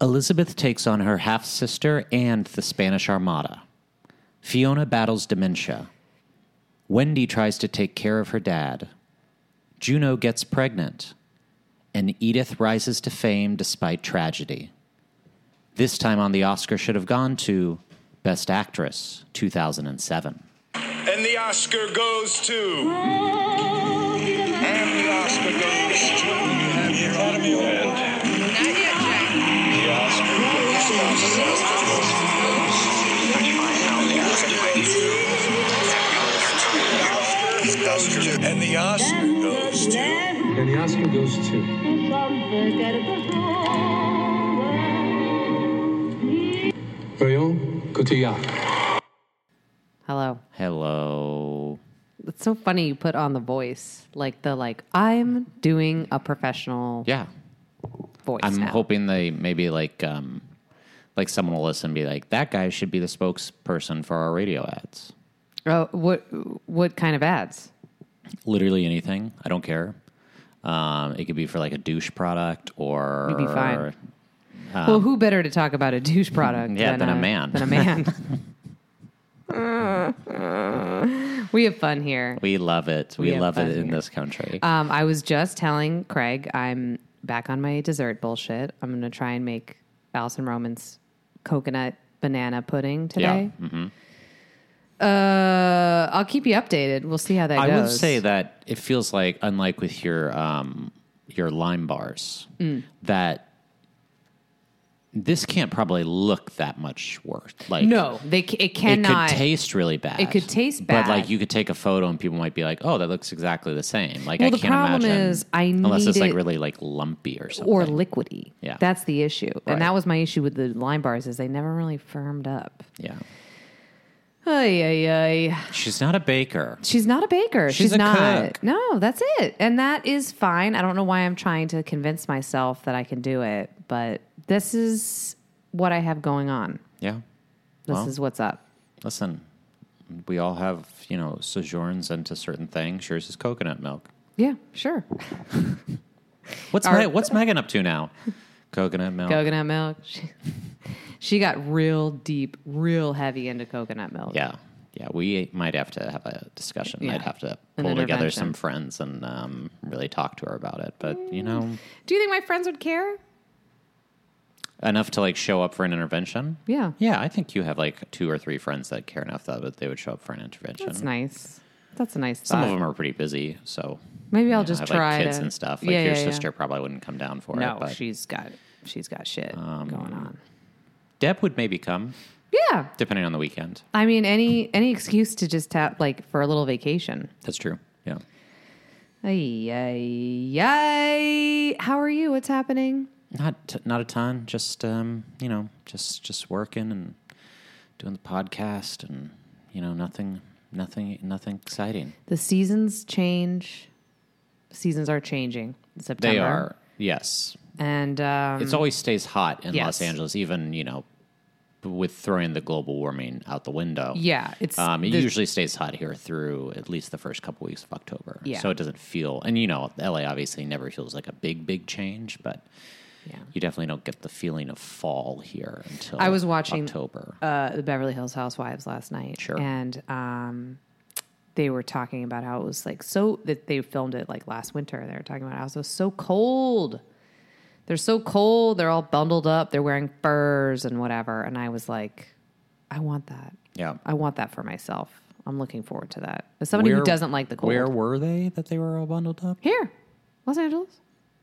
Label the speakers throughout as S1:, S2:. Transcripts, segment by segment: S1: Elizabeth takes on her half sister and the Spanish Armada. Fiona battles dementia. Wendy tries to take care of her dad. Juno gets pregnant. And Edith rises to fame despite tragedy. This time on the Oscar should have gone to Best Actress 2007.
S2: And the Oscar goes to. And the Oscar goes to. And the Academy Award. The Oscar goes to. The Oscar goes to. And the Oscar goes to.
S3: And the Oscar goes to. Voyons Cotillard.
S4: Hello.
S1: Hello.
S4: It's so funny you put on the voice, like the like I'm doing a professional
S1: Yeah.
S4: voice.
S1: I'm
S4: now.
S1: hoping they maybe like um like someone will listen and be like, that guy should be the spokesperson for our radio ads.
S4: Oh, what what kind of ads?
S1: Literally anything. I don't care. Um, it could be for like a douche product or
S4: You'd be fine. well, who better to talk about a douche product?
S1: Um, Yeah, than a man.
S4: Than a man. we have fun here.
S1: We love it. We,
S4: We have
S1: love
S4: fun
S1: it in
S4: here.
S1: this country.
S4: Um, I was just telling Craig I'm back on my dessert bullshit. I'm gonna try and make Allison Roman's coconut banana pudding
S1: yeah.
S4: today. Uh, I'll keep you updated. We'll see how that
S1: I
S4: goes.
S1: will say that it feels like, unlike with your um, your lime bars,
S4: Mm.
S1: that this can't probably look that much worse. Like
S4: no, they c- it
S1: It
S4: cannot.
S1: could taste really bad.
S4: It could taste
S1: But
S4: bad.
S1: like you could take a photo and people might be like, "Oh, that looks exactly the same." Like
S4: Well,
S1: I
S4: the
S1: can't
S4: problem
S1: imagine
S4: is I
S1: unless it's
S4: need
S1: like
S4: it-
S1: really like lumpy or something.
S4: or liquidy.
S1: Yeah.
S4: That's the issue.
S1: Right.
S4: And that was my issue with the lime bars is they never really firmed up.
S1: yeah.
S4: Ay, ay, ay.
S1: She's not a baker.
S4: She's not a baker.
S1: She's
S4: She's,
S1: a
S4: not.
S1: cook.
S4: No, that's it. And that is fine. I don't know why I'm trying to convince myself that I can do it, but this is what I have going on.
S1: Yeah.
S4: This
S1: Well.
S4: is what's up.
S1: Listen, we all have, you know, sojourns into certain things. Yours is coconut milk.
S4: Yeah, sure.
S1: What's
S4: Our-
S1: Me- what's Megan up to now? Coconut milk.
S4: Coconut milk. She, she got real deep, real heavy into coconut milk.
S1: Yeah. Yeah, we might have to have a discussion.
S4: Yeah.
S1: I'd have to
S4: An
S1: pull together
S4: intervention.
S1: some friends and um, really talk to her about it. But you know,
S4: Do you think my friends would care?
S1: enough to like show up for an intervention.
S4: Yeah.
S1: Yeah, I think you have like two or three friends that care enough that would- they would show up for an intervention.
S4: That's nice. That's a nice
S1: Some
S4: thought.
S1: of them are pretty busy, so
S4: Maybe I'll
S1: you know,
S4: just
S1: have,
S4: try
S1: like, kids
S4: to-
S1: and stuff. Like
S4: Yeah,
S1: your
S4: yeah, yeah.
S1: sister probably wouldn't come down for
S4: No,
S1: it. But Um,
S4: she's got she's got shit going on.
S1: Deb would maybe come
S4: Yeah,
S1: depending on the weekend.
S4: I mean any any excuse to just tap like for a little vacation.
S1: That's true. Yeah.
S4: Ay, ay, ay. How are you? What's happening?
S1: Not t- not a ton. Just um, you know, just just working and doing the podcast and you know nothing nothing nothing exciting.
S4: The seasons change. Seasons are changing. in September.
S1: They are yes.
S4: and um,
S1: It's always stays hot in
S4: Yes.
S1: Los Angeles, even you know, with throwing the global warming out the window.
S4: yeah. It's
S1: Um, it
S4: the-
S1: usually stays hot here through at least the first couple weeks of October.
S4: Yeah.
S1: So it doesn't feel, and you know, LA obviously never feels like a big, big change, but
S4: Yeah.
S1: you definitely don't get the feeling of fall here until
S4: I was watching-
S1: October.
S4: uh, the Beverly Hills Housewives last night.
S1: Sure.
S4: And um, they were talking about how it was like so that they filmed it like last winter. and They were talking about how it was so cold. They're so cold. They're all bundled up. They're wearing furs and whatever. And I was like, I want that.
S1: yeah.
S4: I want that for myself. I'm looking forward to that. As somebody
S1: Where-
S4: who doesn't like the cold,
S1: Where were they that they were all bundled up?
S4: here, Los Angeles,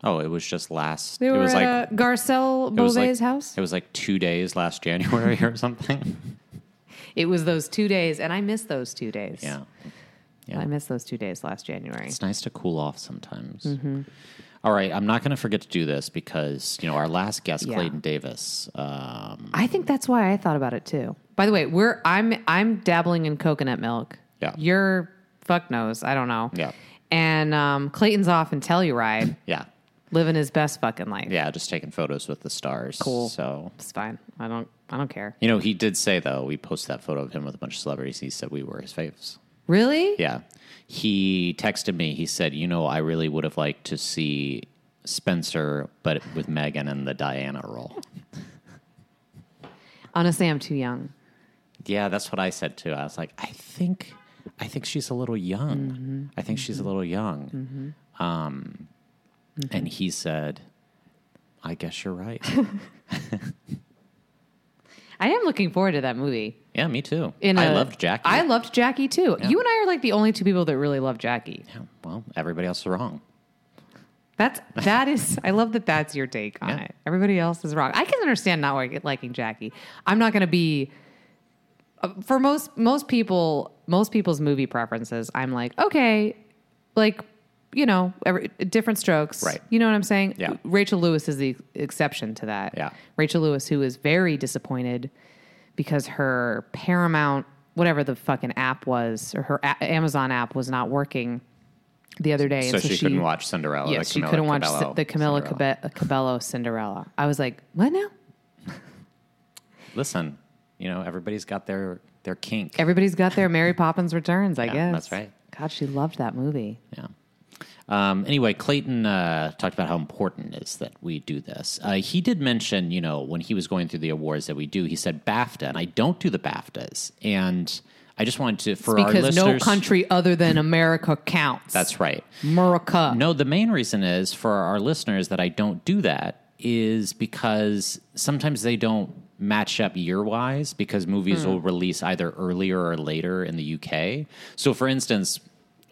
S1: Oh, it was just last.
S4: they
S1: it
S4: were
S1: was
S4: at
S1: like
S4: uh, Garcelle
S1: it was like-
S4: Beauvais' house.
S1: It was like two days last January or something.
S4: It was those two days, and I missed those two days.
S1: yeah.
S4: I missed those two days last January.
S1: It's nice to cool off sometimes.
S4: Mm-hmm.
S1: All right, I'm not going to forget to do this because you know our last guest,
S4: Yeah.
S1: Clayton Davis. Um,
S4: I think that's why I thought about it too. By the way, we're I'm I'm dabbling in coconut milk.
S1: Yeah.
S4: You're fuck knows. I don't know.
S1: Yeah.
S4: And um, Clayton's off in Telluride,
S1: yeah,
S4: living his best fucking life.
S1: yeah, just taking photos with the stars.
S4: Cool.
S1: So
S4: It's fine. I don't I don't care.
S1: you know, he did say though we posted that photo of him with a bunch of celebrities. He said we were his faves.
S4: Really?
S1: Yeah, he texted me. He said, you know, I really would have liked to see Spencer, but with Megan in the Diana role.
S4: Honestly, I'm too young.
S1: Yeah, that's what I said too. I was like, I think, I think she's a little young. I think she's a little young. Um, And he said, I guess you're right.
S4: I am looking forward to that movie.
S1: yeah, me too.
S4: In
S1: I
S4: a-
S1: loved Jackie.
S4: I loved Jackie too. You and I are like the only two people that really love Jackie.
S1: Yeah, well, everybody else is wrong.
S4: That's that is. I love that. That's your take on
S1: Yeah.
S4: it. Everybody else is wrong. I can understand not like, liking Jackie. I'm not going to be uh, for most most people most people's movie preferences. I'm like okay, like you know, every, different strokes.
S1: Right.
S4: You know what I'm saying?
S1: Yeah.
S4: Rachel Lewis is the exception to that.
S1: Yeah.
S4: Rachel Lewis, who is very disappointed because her Paramount, whatever the fucking app was, or her a- Amazon app was not working the other day.
S1: So,
S4: and
S1: she, couldn't watch Cinderella.
S4: Yes,
S1: Oh, the
S4: she
S1: Camilla
S4: couldn't watch
S1: Cabello
S4: the Camilla
S1: Cinderella.
S4: Cabe- uh, Cabello Cinderella. I was like, what now?
S1: Listen, you know, everybody's got their their kink.
S4: Everybody's got their Mary Poppins Returns, I guess.
S1: that's right.
S4: God, she loved that movie.
S1: Yeah. Um, anyway, Clayton uh, talked about how important it is that we do this. Uh, he did mention, you know, when he was going through the awards that we do, he said BAFTA, and I don't do the BAFTAs. And I just wanted to, for our
S4: because
S1: listeners,
S4: no country other than America counts.
S1: That's right.
S4: America.
S1: No, the main reason is for our listeners that I don't do that is because sometimes they don't match up year wise because movies
S4: Hmm.
S1: will release either earlier or later in the UK. So, for instance,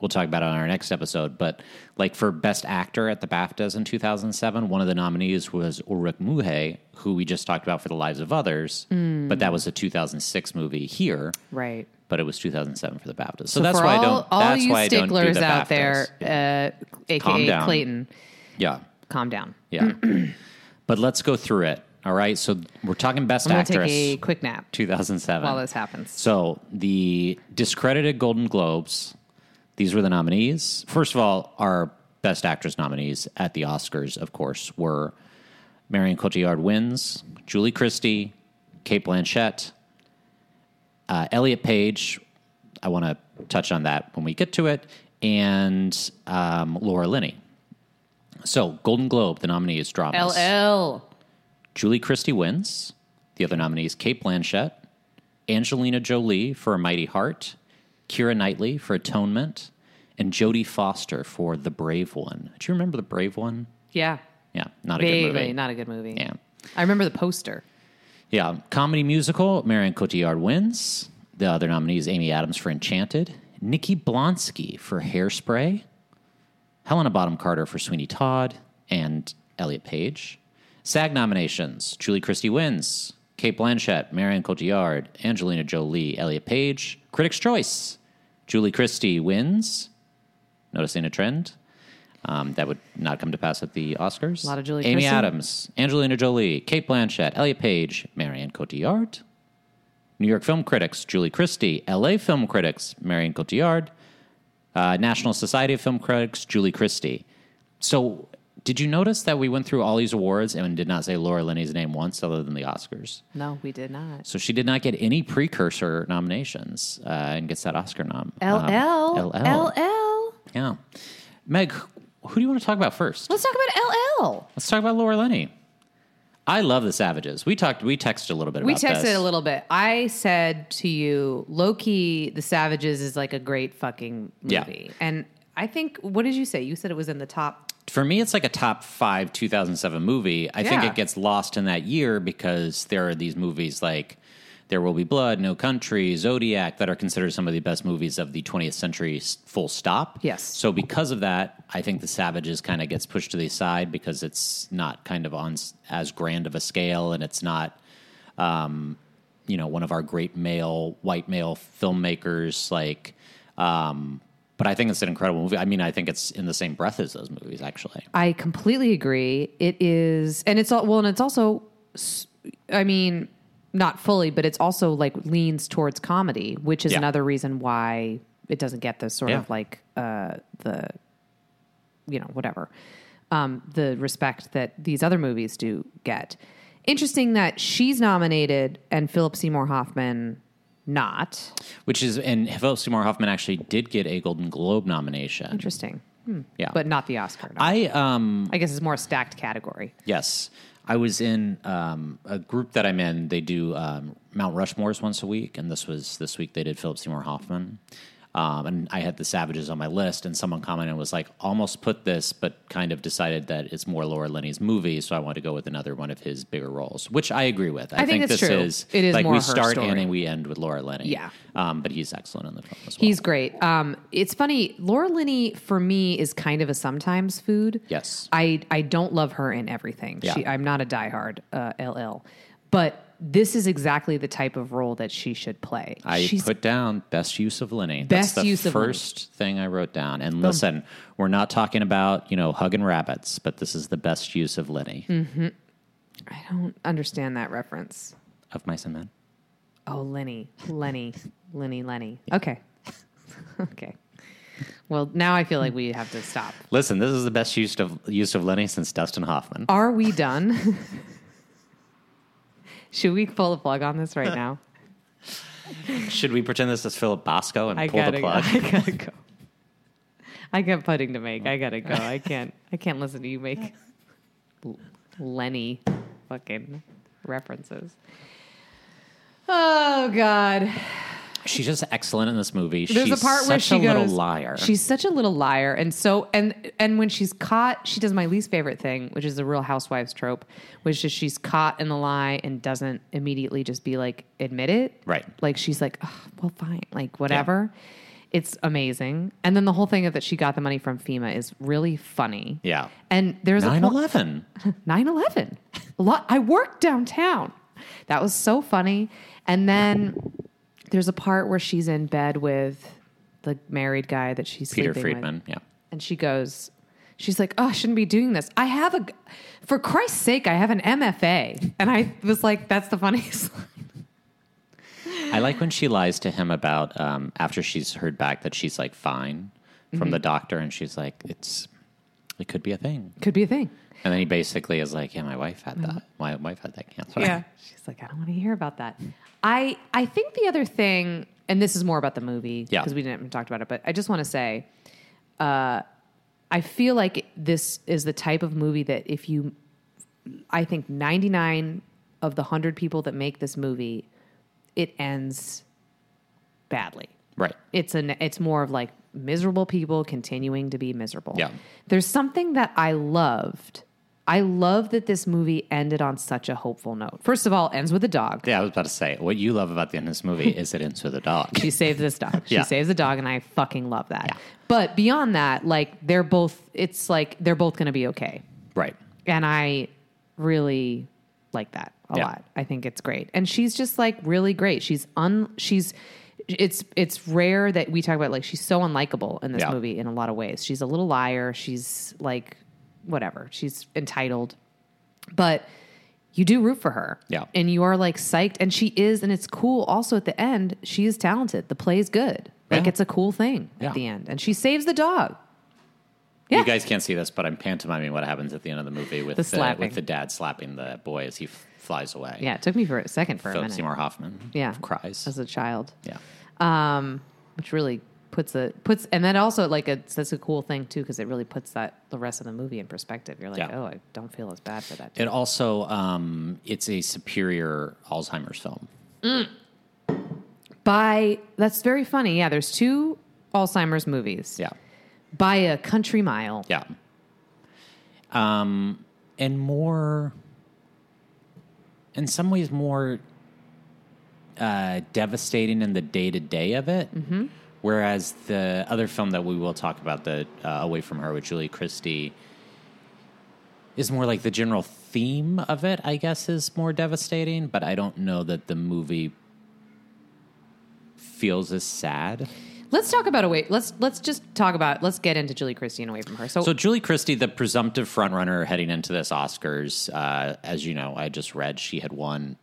S1: we'll talk about it on our next episode, but like for Best Actor at the BAFTAs in 2007, one of the nominees was Ulrich Muhe, who we just talked about for The Lives of Others,
S4: Hmm.
S1: but that was a 2006 movie here.
S4: Right.
S1: But it was 2007 for the BAFTAs, so,
S4: So
S1: that's
S4: for
S1: why
S4: all,
S1: I don't.
S4: All
S1: that's
S4: you
S1: why I don't do
S4: sticklers
S1: the
S4: out
S1: BAFTAs.
S4: there, uh, aka
S1: Calm down.
S4: Clayton,
S1: Yeah.
S4: calm down.
S1: Yeah. but let's go through it. All right. So we're talking Best
S4: I'm gonna
S1: Actress
S4: take a quick nap
S1: 2007.
S4: while this happens.
S1: So the discredited Golden Globes, these were the nominees. First of all, our Best Actress nominees at the Oscars, of course, were Marion Cotillard wins, Julie Christie, Kate Blanchett, uh, Elliot Page. I want to touch on that when we get to it, and um, Laura Linney. So, Golden Globe, the nominee is dramas.
S4: LL.
S1: Julie Christie wins. The other nominees Kate Blanchett, Angelina Jolie for A Mighty Heart, Kira Knightley for Atonement, and Jodie Foster for The Brave One. Do you remember The Brave One?
S4: Yeah.
S1: Yeah, not a
S4: Vaguely,
S1: good movie.
S4: not a good movie.
S1: Yeah.
S4: I remember the poster.
S1: Yeah, comedy musical, Marion Cotillard wins. The other nominees Amy Adams for Enchanted, Nikki Blonsky for Hairspray, Helena Bottom Carter for Sweeney Todd, and Elliot Page. SAG nominations Julie Christie wins, Kate Blanchett, Marion Cotillard, Angelina Jolie, Elliot Page. Critics' Choice Julie Christie wins. Noticing a trend? Um, that would not come to pass at the Oscars.
S4: A lot of Julie
S1: Amy
S4: Christie.
S1: Adams, Angelina Jolie, Kate Blanchett, Elliot Page, Marion Cotillard. New York Film Critics, Julie Christie. LA Film Critics, Marion Cotillard. Uh, National Society of Film Critics, Julie Christie. So, did you notice that we went through all these awards and did not say Laura Linney's name once other than the Oscars?
S4: No, we did not.
S1: So she did not get any precursor nominations uh, and gets that Oscar nom. um,
S4: LL.
S1: LL.
S4: LL.
S1: Yeah. Meg, who do you want to talk about first?
S4: Let's talk about LL.
S1: Let's talk about Laura Linney. I love the Savages. We talked. We texted a little bit.
S4: We
S1: about
S4: texted
S1: this.
S4: a little bit. I said to you, Loki, The Savages is like a great fucking
S1: Yeah.
S4: movie. And I think, what did you say? You said it was in the top.
S1: For me, it's like a top five 2007 movie. I think
S4: Yeah.
S1: it gets lost in that year because there are these movies like There Will Be Blood, No Country, Zodiac that are considered some of the best movies of the 20th century, s- full stop.
S4: Yes.
S1: So because of that, I think The Savages kind of gets pushed to the side because it's not kind of on s- as grand of a scale and it's not um, you know one of our great male white male filmmakers like um but i think it's an incredible movie i mean i think it's in the same breath as those movies actually
S4: I completely agree. It is, and it's all, well, and it's also, s- I mean, not fully, but it's also like leans towards comedy, which is
S1: Yeah.
S4: another reason why it doesn't get the sort
S1: Yeah.
S4: of like uh, the, you know, whatever, um, the respect that these other movies do get. Interesting that she's nominated and Philip Seymour Hoffman not.
S1: which is and philip seymour hoffman actually did get a golden globe nomination
S4: Interesting. Hmm.
S1: yeah
S4: But not the Oscar. no.
S1: i um
S4: I guess it's more a stacked category.
S1: yes I was in um, a group that I'm in. They do um, Mount Rushmore's once a week, and this was this week they did Philip Seymour Hoffman. Um, and I had the Savages on my list, and someone commented and was like, almost put this, but kind of decided that it's more Laura Linney's movie, so I want to go with another one of his bigger roles, which I agree with. I,
S4: I think
S1: this
S4: that's true.
S1: is
S4: It is
S1: like
S4: more
S1: we
S4: her
S1: start
S4: story.
S1: and we end with Laura Linney.
S4: Yeah.
S1: um, but he's excellent in the film as well.
S4: He's great. Um, it's funny. Laura Linney for me is kind of a sometimes food.
S1: Yes.
S4: I I don't love her in everything.
S1: Yeah.
S4: She, I'm not a diehard uh, LL, but this is exactly the type of role that she should play.
S1: I
S4: She's
S1: put down best use of Lenny.
S4: Best
S1: That's the
S4: use of Lenny.
S1: first thing I wrote down. And listen, we're not talking about you know hugging rabbits, but this is the best use of Lenny
S4: Hmm. I don't understand that reference.
S1: of mice and men.
S4: Oh, Lenny, Lenny, Lenny, Lenny. Okay, okay. Well, now I feel like we have to stop.
S1: Listen, this is the best use of use of Lenny since Dustin Hoffman.
S4: Are we done? should we pull the plug on this right now?
S1: Should we pretend this is Philip Bosco and
S4: I
S1: pull
S4: gotta
S1: the plug?
S4: go. I gotta go. I got putting to make. I gotta go. I can't. I can't listen to you make L- Lenny fucking references. Oh God!
S1: She's just excellent in this movie.
S4: There's
S1: she's
S4: a part
S1: such
S4: where she
S1: a little
S4: goes-
S1: liar.
S4: She's such a little liar, and so and and when she's caught, she does my least favorite thing, which is the Real Housewives trope, which is she's caught in the lie and doesn't immediately just be like admit it,
S1: Right.
S4: Like she's like, "Ugh, well, fine, like whatever. It's amazing, and then the whole thing of that she got the money from FEMA is really funny.
S1: yeah.
S4: and there's a
S1: Nine
S4: point-
S1: eleven.
S4: 9 11. A lot. I worked downtown. That was so funny. And then there's a part where she's in bed with the married guy that she's
S1: Peter
S4: sleeping
S1: Friedman.
S4: With.
S1: Yeah.
S4: And she goes, She's like, oh, I shouldn't be doing this. I have a, for Christ's sake, I have an MFA. And I was like, that's the funniest.
S1: I like when she lies to him about um, after she's heard back that she's like fine from
S4: Mm-hmm.
S1: the doctor, and she's like, it's it could be a thing.
S4: Could be a thing.
S1: And then he basically is like, "Yeah, my wife had
S4: Mm-hmm.
S1: that. My wife had that cancer."
S4: She's like, I don't want to hear about that. I I think the other thing, and this is more about the movie,
S1: Yeah.
S4: because we didn't talk about it, but I just want to say, uh, I feel like this is the type of movie that if you, I think ninety nine of the hundred people that make this movie, it ends badly.
S1: right.
S4: It's an it's more of like miserable people continuing to be miserable.
S1: Yeah.
S4: There's something that I loved. I love that this movie ended on such a hopeful note. First of all, ends with a dog.
S1: Yeah, I was about to say what you love about the end of this movie is it ends with a dog.
S4: She saves this dog. She
S1: Yeah.
S4: saves the dog and I fucking love that.
S1: Yeah.
S4: But beyond that, like they're both it's like they're both going to be okay.
S1: right.
S4: And I really like that a
S1: Yeah.
S4: lot. I think it's great. And she's just like really great. She's un she's it's it's rare that we talk about like she's so unlikable in this
S1: Yeah.
S4: movie in a lot of ways. She's a little liar. She's like whatever. She's entitled. But you do root for her.
S1: Yeah.
S4: And you are like psyched and she is and it's cool also at the end. She is talented. The play's good. Like
S1: Yeah.
S4: it's a cool thing
S1: Yeah.
S4: at the end. And she saves the dog. Yeah.
S1: You guys can't see this, but I'm pantomiming what happens at the end of the movie with
S4: The
S1: the,
S4: slapping.
S1: with the dad slapping the boy as he f- flies away.
S4: Yeah, it took me for a second for a
S1: Philip
S4: minute.
S1: Seymour Hoffman.
S4: yeah.
S1: Cries.
S4: as a child.
S1: yeah.
S4: um, which really puts a puts and then also like a, that's a cool thing too because it really puts that the rest of the movie in perspective. You're like,
S1: Yeah.
S4: oh, I don't feel as bad for that.
S1: It also um, it's a superior Alzheimer's film.
S4: By that's very funny. Yeah, there's two Alzheimer's movies.
S1: Yeah.
S4: by a country mile.
S1: Yeah. Um, and more, in some ways, more uh, devastating in the day to day of it. Mm-hmm. Whereas the other film that we will talk about, the uh, Away from Her with Julie Christie, is more like the general theme of it. I guess is more devastating, but I don't know that the movie feels as sad.
S4: Let's talk about away. Let's let's just talk about. Let's get into Julie Christie and away from her. So,
S1: So Julie Christie, the presumptive frontrunner heading into this Oscars, uh, as you know, I just read she had won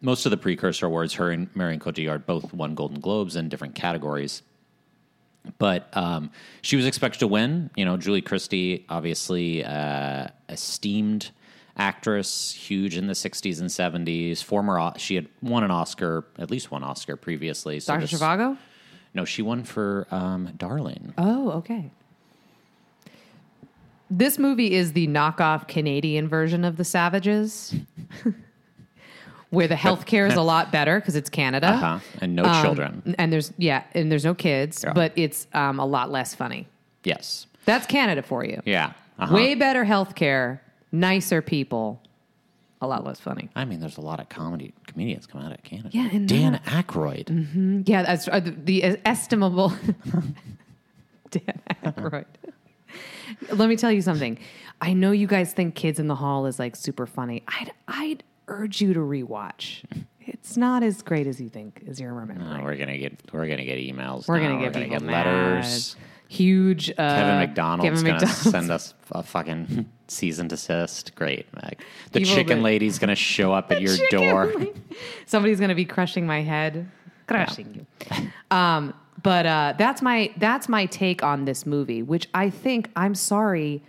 S1: most of the precursor awards. Her and Marion Cotillard both won Golden Globes in different categories. But um, she was expected to win. You know, Julie Christie, obviously uh, esteemed actress, huge in the '60s and '70s. Former, O- she had won an Oscar, at least one Oscar previously. So
S4: Doctor
S1: this-
S4: Zhivago.
S1: No, she won for um, Darling.
S4: Oh, okay. Oh, This movie is the knockoff Canadian version of The Savages, where the healthcare is a lot better because it's Canada.
S1: Uh-huh. And no
S4: Oh. Um,
S1: children.
S4: And there's yeah, and there's no kids,
S1: Yeah.
S4: but it's um, a lot less funny.
S1: Yes.
S4: That's Canada for you.
S1: Yeah. Uh-huh.
S4: Way better healthcare, nicer people, a lot less funny.
S1: I mean, there's a lot of comedy comedians come out of Canada.
S4: Yeah, and uh, Mm-hmm.
S1: Dan Aykroyd.
S4: Yeah, that's uh, the- the estimable Dan Aykroyd. Let me tell you something. I know you guys think Kids in the Hall is like super funny. I'd I'd urge you to rewatch. It's not as great as you think as you're
S1: Oh,
S4: remembering.
S1: we're gonna get we're gonna get emails.
S4: we're
S1: now.
S4: gonna get
S1: we're
S4: people
S1: gonna get letters.
S4: mad. Huge. Uh,
S1: Kevin McDonald's
S4: Kevin
S1: gonna
S4: McDonald's.
S1: send us a fucking cease and desist. Great, Meg. The
S4: Evil
S1: chicken
S4: bit.
S1: lady's gonna show up at your
S4: Chicken
S1: door.
S4: wing. Somebody's gonna be crushing my head, crushing you. Um, but uh, that's my that's my take on this movie, which I think I'm sorry.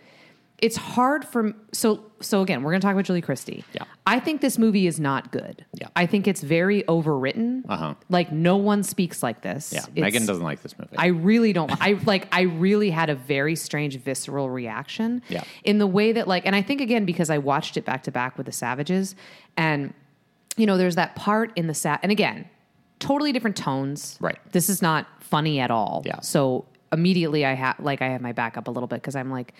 S4: It's hard for so so again. We're gonna talk about Julie Christie.
S1: Yeah.
S4: I think this movie is not good.
S1: Yeah.
S4: I think it's very overwritten.
S1: Uh-huh.
S4: Like no one speaks like this.
S1: Yeah,
S4: It's-
S1: Megan doesn't like this movie.
S4: I really don't. I like. I really had a very strange visceral reaction.
S1: Yeah.
S4: In the way that like, and I think again because I watched it back to back with the Savages, and you know, there's that part in the sat, and again, totally different tones.
S1: Right.
S4: This is not funny at all.
S1: Yeah.
S4: So immediately I have like I have my back up a little bit because I'm like,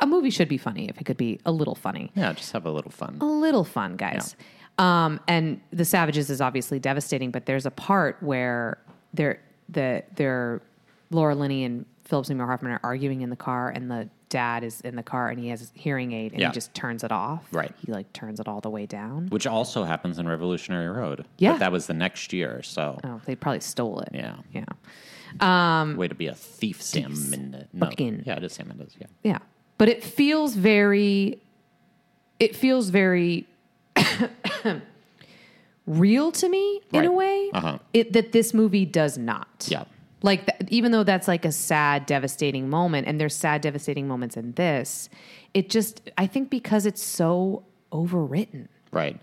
S4: a movie should be funny if it could be a little funny
S1: yeah, just have a little fun.
S4: a little fun, guys. Um, and the Savages is obviously devastating, but there's a part where they're the they're Laura Linney and Philip Seymour Hoffman are arguing in the car, and the dad is in the car, and he has his hearing aid, and
S1: Yeah.
S4: he just turns it off.
S1: Right.
S4: he like turns it all the way down.
S1: Which also happens in Revolutionary Road.
S4: Yeah.
S1: But that was the next year, so
S4: Oh, they probably stole it.
S1: yeah.
S4: yeah,
S1: Way to be a thief, Sam Mendes. No.
S4: Fucking-
S1: Yeah, it is Sam Mendes, yeah.
S4: yeah. But it feels very, it feels very. real to me in a
S1: Right.
S4: way
S1: Uh-huh.
S4: it, that this movie does not
S1: Yeah.
S4: like th- even though that's like a sad devastating moment and there's sad devastating moments in this it just i think because it's so overwritten
S1: Right.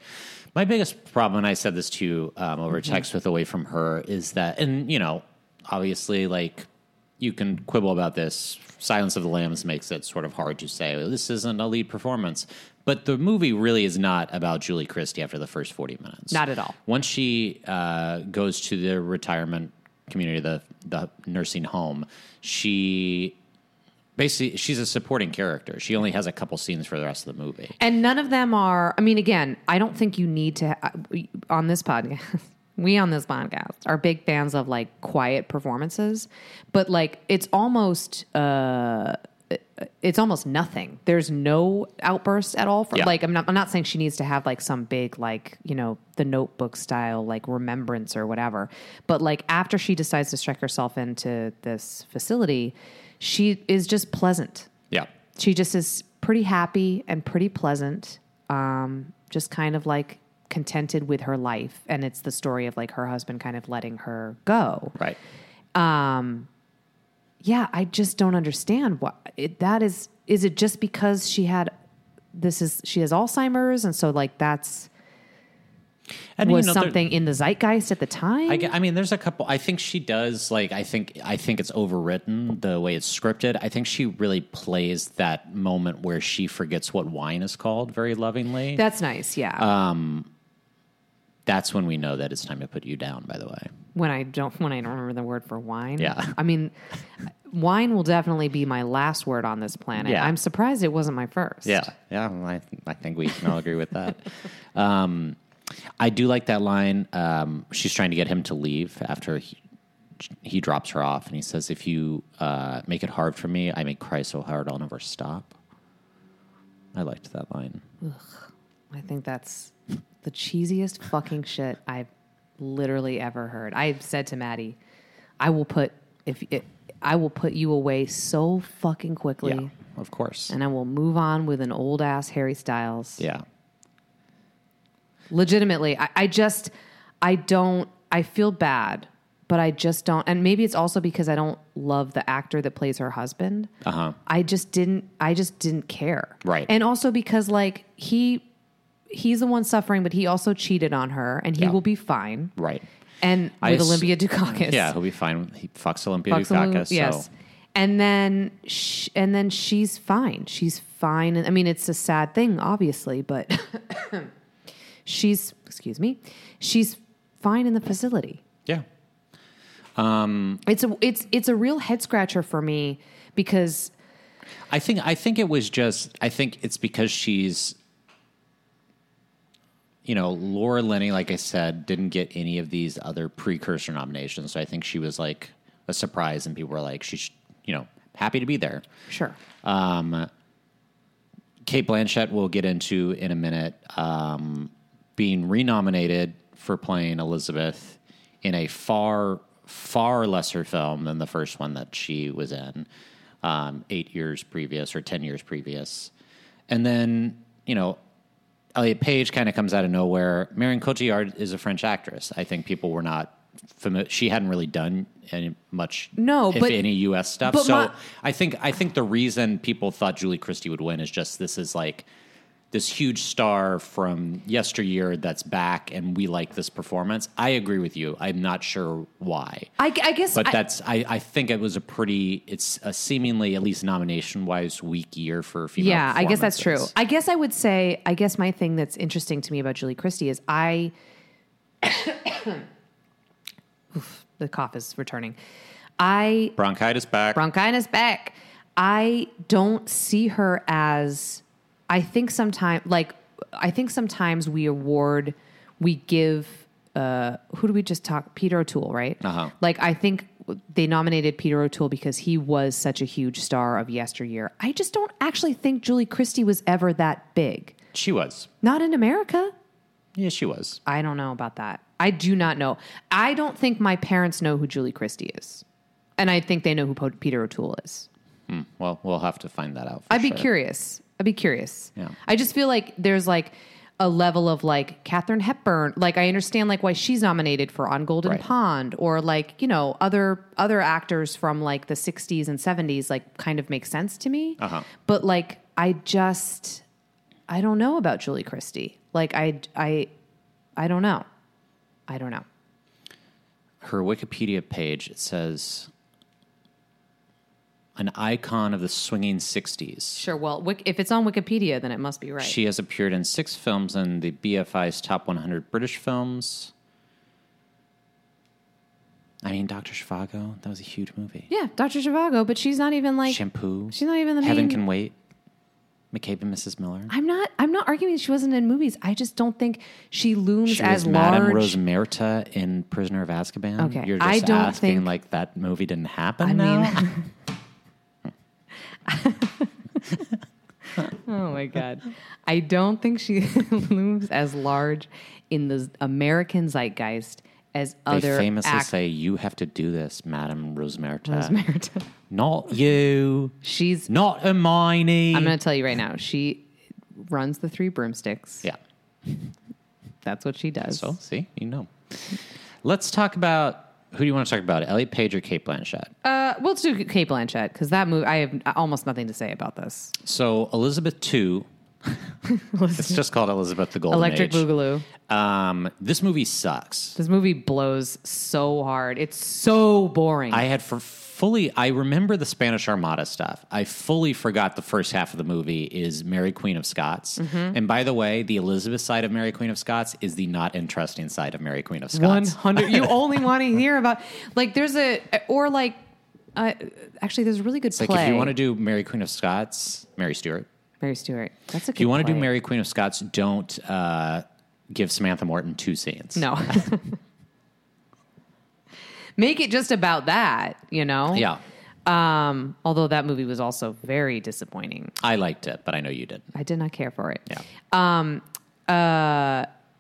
S1: My biggest problem, and I said this to you um, over
S4: Mm-hmm.
S1: text with Away From Her, is that, and, you know, obviously, like, you can quibble about this. Silence of the Lambs makes it sort of hard to say, this isn't a lead performance. But the movie really is not about Julie Christie after the first 40 minutes.
S4: Not at all.
S1: Once she uh, goes to the retirement community, the, the nursing home, she basically, she's a supporting character. She only has a couple scenes for the rest of the movie.
S4: and none of them are i mean again i don't think you need to ha- we- on this podcast we on this podcast are big fans of like quiet performances but like it's almost uh it's almost nothing there's no outbursts at all for
S1: Yeah.
S4: like i'm not i'm not saying she needs to have like some big like you know the notebook style like remembrance or whatever but like after she decides to strike herself into this facility she is just pleasant
S1: Yeah.
S4: she just is pretty happy and pretty pleasant um, just kind of like contented with her life and it's the story of like her husband kind of letting her go Um,
S1: Right.
S4: yeah i just don't understand what it, that is is it just because she had this is she has alzheimer's and so like that's
S1: And
S4: was
S1: you know, there-
S4: something in the zeitgeist at the time
S1: I, ge- I mean, there's a couple. I think she does. Like, I think I think it's overwritten the way it's scripted. I think she really plays that moment where she forgets what wine is called very lovingly.
S4: that's nice yeah
S1: That's when we know that it's time to put you down. By the way,
S4: when I don't when I don't remember the word for wine.
S1: Yeah.
S4: I mean, wine will definitely be my last word on this planet.
S1: Yeah.
S4: I'm surprised it wasn't my first.
S1: yeah. well, I I think we can all agree with that. Um, I do like that line. Um, she's trying to get him to leave after he, he drops her off, and he says, "If you uh, make it hard for me, I may cry so hard I'll never stop." I liked that line.
S4: I think that's the cheesiest fucking shit I've literally ever heard. I've said to Maddie, I will put if it, I will put you away so fucking quickly,
S1: Yeah, of course.
S4: and I will move on with an old ass Harry Styles.
S1: Yeah.
S4: legitimately I, I just i don't i feel bad but i just don't and maybe it's also because i don't love the actor that plays her husband uh-huh i just didn't i just didn't care
S1: Right.
S4: and also because like he he's the one suffering but he also cheated on her and he
S1: Yeah.
S4: will be fine
S1: Right.
S4: and
S1: I
S4: with
S1: ass-
S4: olympia dukakis
S1: Yeah, he'll be fine. He fucks Olympia
S4: Bucks a
S1: Dukakis.
S4: little- yes
S1: So
S4: and then sh and then she's fine. She's fine. I mean, it's a sad thing, obviously, but she's excuse me, she's fine in the facility.
S1: Yeah.
S4: It's a it's it's a real head scratcher for me because
S1: I think I think it was just I think it's because she's you know, Laura Linney, like I said, didn't get any of these other precursor nominations. So I think she was like a surprise and people were like, she's you know, happy to be there.
S4: sure,
S1: Um Kate Blanchett we'll get into in a minute, um, being renominated for playing Elizabeth in a far, far lesser film than the first one that she was in, um, eight years previous or 10 years previous. And then, you know, Elliot Page kind of comes out of nowhere. Marion Cotillard is a French actress. I think people were not familiar. She hadn't really done any much,
S4: No,
S1: if
S4: but-
S1: any U.S. stuff.
S4: but
S1: So
S4: my-
S1: I think I think the reason people thought Julie Christie would win is just this is like this huge star from yesteryear that's back, and we like this performance. I agree with you. I'm not sure why,
S4: I, I guess
S1: but
S4: I-
S1: that's I, I think it was a pretty it's a seemingly at least nomination wise weak year for female.
S4: yeah i guess that's true
S1: performances.
S4: i guess i would say i guess my thing that's interesting to me about julie christie is i Oof, the cough is returning i
S1: Bronchitis back.
S4: bronchitis back i don't see her as i think sometimes like i think sometimes we award we give uh who do we just talk peter o'toole right
S1: Uh-huh.
S4: like i think they nominated peter o'toole because he was such a huge star of yesteryear i just don't actually think julie christie was ever that big
S1: she was.
S4: not in america
S1: Yeah, she was.
S4: i don't know about that i do not know i don't think my parents know who julie christie is and i think they know who Po- peter o'toole is
S1: Well, we'll have to find that out. for
S4: I'd be
S1: sure.
S4: curious. I'd be curious.
S1: Yeah.
S4: I just feel like there's like a level of like Katherine Hepburn. Like I understand like why she's nominated for On Golden
S1: Right.
S4: Pond or like, you know, other other actors from like the 60s and 70s like kind of makes sense to me.
S1: Uh-huh.
S4: But like I just I don't know about Julie Christie. Like I I I don't know. I don't know.
S1: her Wikipedia page, it says an icon of the swinging 60s.
S4: Sure. Well, Wik- if it's on Wikipedia, then it must be right.
S1: She has appeared in six films in the BFI's top 100 British films. I mean, Dr. Shivago, that was a huge movie.
S4: yeah, Dr. Zhivago, but she's not even like
S1: Shampoo.
S4: She's not even the
S1: Heaven
S4: main-
S1: Can Wait. McCabe and Mrs. Miller.
S4: I'm not. I'm not arguing that she wasn't in movies. I just don't think she looms
S1: she
S4: as
S1: was Madame
S4: large.
S1: Rosemerta in Prisoner of Azkaban.
S4: Okay,
S1: You're just
S4: I don't
S1: asking
S4: think-
S1: like that movie didn't happen
S4: I
S1: now?
S4: mean. oh my god! I don't think she looms as large in the American zeitgeist as other
S1: they famously
S4: act-
S1: say, "You have to do this, Madame Rosemerta,
S4: Rosemerta.
S1: not you,
S4: She's.
S1: not Hermione."
S4: I'm going to tell you right now. She runs the three broomsticks.
S1: yeah.
S4: That's what she does.
S1: So see, you know. Let's talk about who do you want to talk about? Elliot Page or Kate Blanchett?
S4: Uh, we'll do Kate Blanchett because that movie. I have almost nothing to say about this.
S1: So Elizabeth two. it's just called Elizabeth the Golden Age.
S4: Electric Boogaloo.
S1: Um, this movie sucks.
S4: This movie blows so hard. It's so boring.
S1: I had for fully. I remember the Spanish Armada stuff. I fully forgot the first half of the movie is Mary Queen of Scots.
S4: Mm-hmm.
S1: And by the way, the Elizabeth side of Mary Queen of Scots is the not interesting side of Mary Queen of
S4: One
S1: Scots.
S4: hundred. You only want to hear about like there's a or like uh, actually there's a really good
S1: Like
S4: play.
S1: if you want to do Mary Queen of Scots, Mary Stewart.
S4: Mary Stewart. That's a.
S1: If you want to do Mary Queen of Scots, don't uh, give Samantha Morton two scenes.
S4: No. Make it just about that, you know.
S1: Yeah,
S4: Um. Although that movie was also very disappointing.
S1: I liked it, but I know you didn't.
S4: I did not care for it.
S1: Yeah.